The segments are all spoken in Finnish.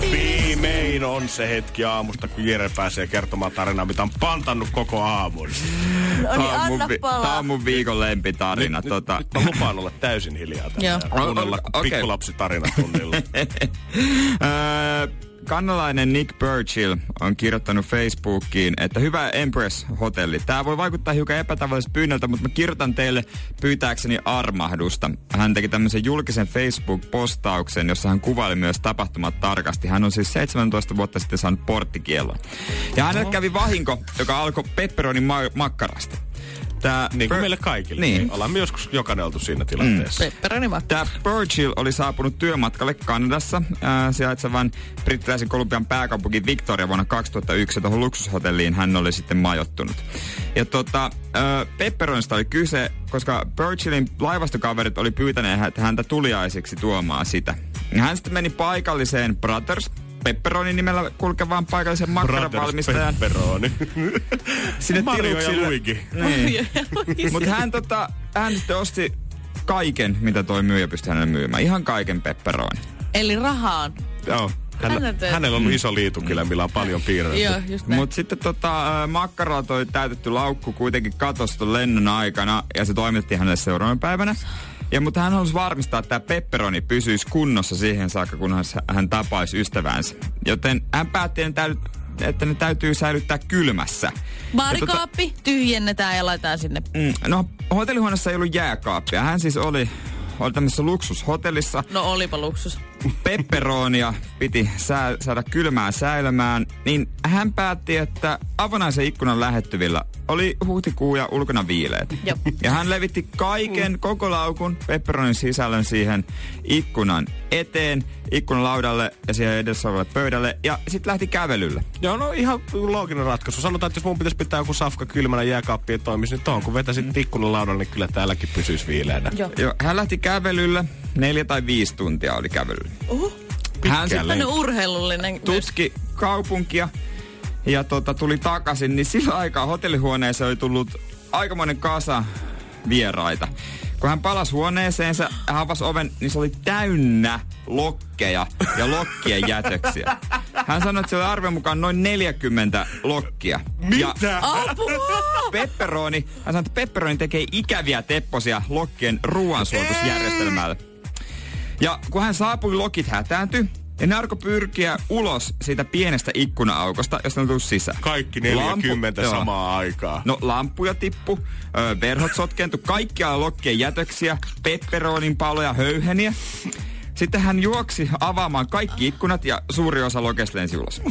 Viimein on se hetki aamusta, kun Jere pääsee kertomaan tarinaa, mitä on pantannut koko aamun. No niin, anna vi- tää palaa. on mun viikon lempitarina. Tota, Nyt mä lupaan olla täysin hiljaa Joo. tänään. On- Kuunnella on- kuin okei. pikkulapsi tarinatunnilla. Öö, Kannalainen Nick Burchill on kirjoittanut Facebookiin, että hyvä Empress-hotelli. Tämä voi vaikuttaa hiukan epätavalliselta pyynnöltä, mutta mä kirjoitan teille pyytääkseni armahdusta. Hän teki tämmöisen julkisen Facebook-postauksen, jossa hän kuvaili myös tapahtumat tarkasti. Hän on siis 17 vuotta sitten saanut porttikiellon. Ja No. hänelle kävi vahinko, joka alkoi pepperonin ma- makkarasta. Tää niin kuin Bur- meille kaikille. Niin. Ollaan me joskus jokainen oltu siinä tilanteessa. Pepperoni makka. Tämä Virgil oli saapunut työmatkalle Kanadassa ää, sijaitsevan brittiläisen Kolumbian pääkaupunki Victoria vuonna 2001 ja tuohon luksushotelliin hän oli sitten majoittunut. Ja tota, ää, Pepperonista oli kyse, koska Virgilin laivastokaverit oli pyytäneet hä- häntä tuliaiseksi tuomaan sitä. Ja hän sitten meni paikalliseen Brothers Pepperonin nimellä kulkevaan paikallisen makkaravalmistajan. Pepperoni. Sinne Mario ja tiluksille. Luigi. Niin. Mutta hän, tota, hän sitten osti kaiken, mitä toi myyjä pystyi hänelle myymään. Ihan kaiken pepperoni. Eli rahaan. Joo. Hän, Kannattaa. hänellä on ollut iso liitukylä, millä on paljon piirretty. Joo, just näin. Mutta sitten tota, ö, makkaraa toi täytetty laukku kuitenkin katosi ton lennon aikana ja se toimitettiin hänelle seuraavana päivänä. Ja mutta hän halusi varmistaa, että tämä pepperoni pysyisi kunnossa siihen saakka, kunnes hän tapaisi ystävänsä. Joten hän päätti, että ne täytyy- että ne täytyy säilyttää kylmässä. Ja tota- Baarikaappi tyhjennetään ja laitetaan sinne. Mm, no, hotellihuoneessa ei ollut jääkaappia. Hän siis oli, oli tämmöisessä luksushotellissa. No olipa luksus. pepperonia piti sää, saada kylmään säilömään, niin hän päätti, että avonaisen ikkunan lähettyvillä oli huhtikuu ja ulkona viileet. Joo. Mm. Ja hän levitti kaiken koko laukun pepperonin sisällön siihen ikkunan eteen, ikkunan laudalle ja siihen edessä olevalle pöydälle ja sitten lähti kävelylle. Joo, no ihan looginen ratkaisu. Sanotaan, että jos mun pitäisi pitää joku safka kylmänä jääkaappi ei toimisi, niin tohon kun vetäisit tikkunan laudalle, niin kyllä täälläkin pysyisi viileänä. Joo. Jo, hän lähti kävelylle, neljä tai viisi tuntia oli kävelyllä. Oho. Hän sit Tällainen urheilullinen. myös. tutki kaupunkia ja tota, tuli takaisin, niin sillä aikaa hotellihuoneeseen oli tullut aikamoinen kasa vieraita. Kun hän palasi huoneeseensa, hän avasi oven, niin se oli täynnä lokkeja ja lokkien jätöksiä. Hän sanoi, että siellä oli arvion mukaan noin 40 lokkia. Ja Apua! pepperoni, hän sanoi, että pepperoni tekee ikäviä tepposia lokkien ruoansuotusjärjestelmälle. Ja kun hän saapui, lokit hätääntyi. Ja ne alkoi pyrkiä ulos siitä pienestä ikkuna-aukosta, josta ne tuli sisään. Kaikki 40 Lampu- joo. samaa aikaa. No lampuja tippu, ö, verhot sotkentu, kaikkialla lokkien jätöksiä, pepperonin paloja, höyheniä. Sitten hän juoksi avaamaan kaikki ikkunat ja suuri osa lokesta lensi ulos.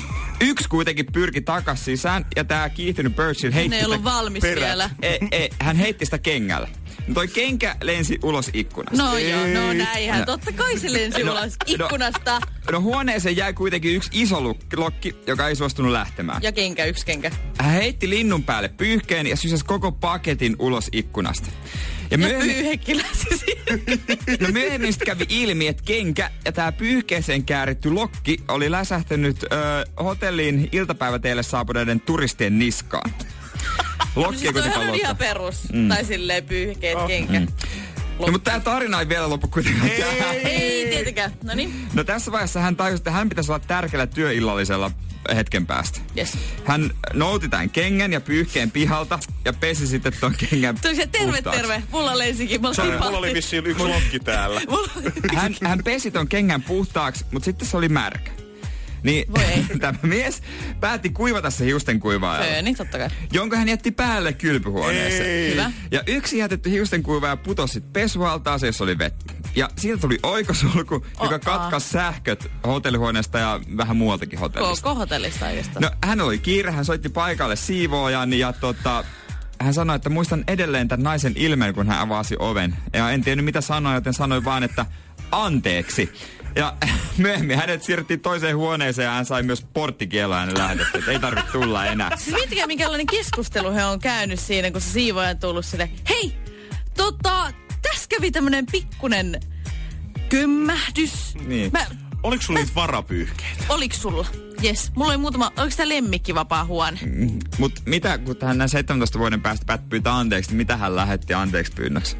Yksi kuitenkin pyrki takas sisään ja tämä kiihtynyt Birchill heitti Ne ei sitä- ollut valmis vielä. e, e, hän heitti sitä kengällä. No Toi kenkä lensi ulos ikkunasta. No joo, no näinhän. Totta kai se lensi No, ulos no. ikkunasta. No huoneeseen jäi kuitenkin yksi iso luk- lokki, joka ei suostunut lähtemään. Ja kenkä, yksi kenkä. Hän heitti linnun päälle pyyhkeen ja sysäsi koko paketin ulos ikkunasta. Ja Ja myöhemmin, pyyhekki lähti sinne. no myöhemmin sitten kävi ilmi, että kenkä ja tämä pyyhkeeseen kääritty lokki oli läsähtänyt ö, hotelliin iltapäiväteille saapuneiden turistien niskaan. Lokki ei No Siis kuitenkaan toihan on ihan luottanut. perus. Tai silleen pyyhkeet, kenkä. No, mutta tämä tarina ei vielä lopu kuitenkaan tähän. Ei tietenkään. No niin. No tässä vaiheessa hän tajusi, että hän pitäisi olla tärkeällä työillallisella hetken päästä. Yes. Hän nouti tämän kengän ja pyyhkeen pihalta ja pesi sitten ton kengän Tuli se terve, puhtaaksi. terve. Mulla lensikin. Mulla Sorry, oli mulla oli pahti. vissiin yksi lokki täällä. Mulla- Hän, hän pesi ton kengän puhtaaksi, mutta sitten se oli märkä. Niin Voi ei. tämä mies päätti kuivata se hiusten kuivaajalla, Fööni, niin totta kai. jonka hän jätti päälle kylpyhuoneeseen. Hyvä. Ja yksi jätetty hiusten kuivaaja putosi sit pesualtaaseen, jossa oli vettä. Ja siitä tuli oikosulku, joka Oh, ah. katkaisi sähköt hotellihuoneesta ja vähän muualtakin hotellista. Koko hotellista oikeastaan. No hän oli kiire, hän soitti paikalle siivoojan ja tota, hän sanoi, että muistan edelleen tämän naisen ilmeen, kun hän avasi oven. Ja en tiennyt mitä sanoa, joten sanoin vaan, että anteeksi. Ja myöhemmin hänet siirrettiin toiseen huoneeseen ja hän sai myös porttikielainen lähetetty, että ei tarvitse tulla enää. Siis miettikää, minkälainen keskustelu he on käynyt siinä, kun se siivoaja on tullut sille. Hei, tota, tässä kävi tämmönen pikkunen kömmähdys. Niin. Mä, Oliko sulla niitä varapyyhkeitä? oliks sulla? Jes, mulla oli muutama, oliks tää lemmikki vapaa huone? Mm. Mut mitä, kun hän näin 17 vuoden päästä Pat pyytää anteeksi, niin mitä hän lähetti anteeksi pyynnöksi?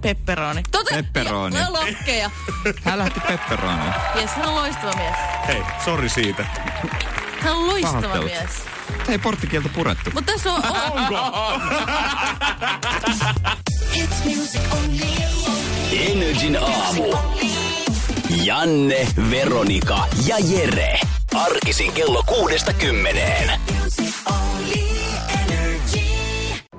Pepperoni. Tota, Pepperoni. Ja, lokkeja. Hän lähti pepperonia. Jes, hän on loistava mies. Hei, sori siitä. Hän on loistava Pahoittelut. mies. Mutta ei porttikielto purettu. Mutta tässä on... Onko? Hits music only. Energin aamu. Janne, Veronika ja Jere. Arkisin kello kuudesta kymmeneen. Music only. Energy.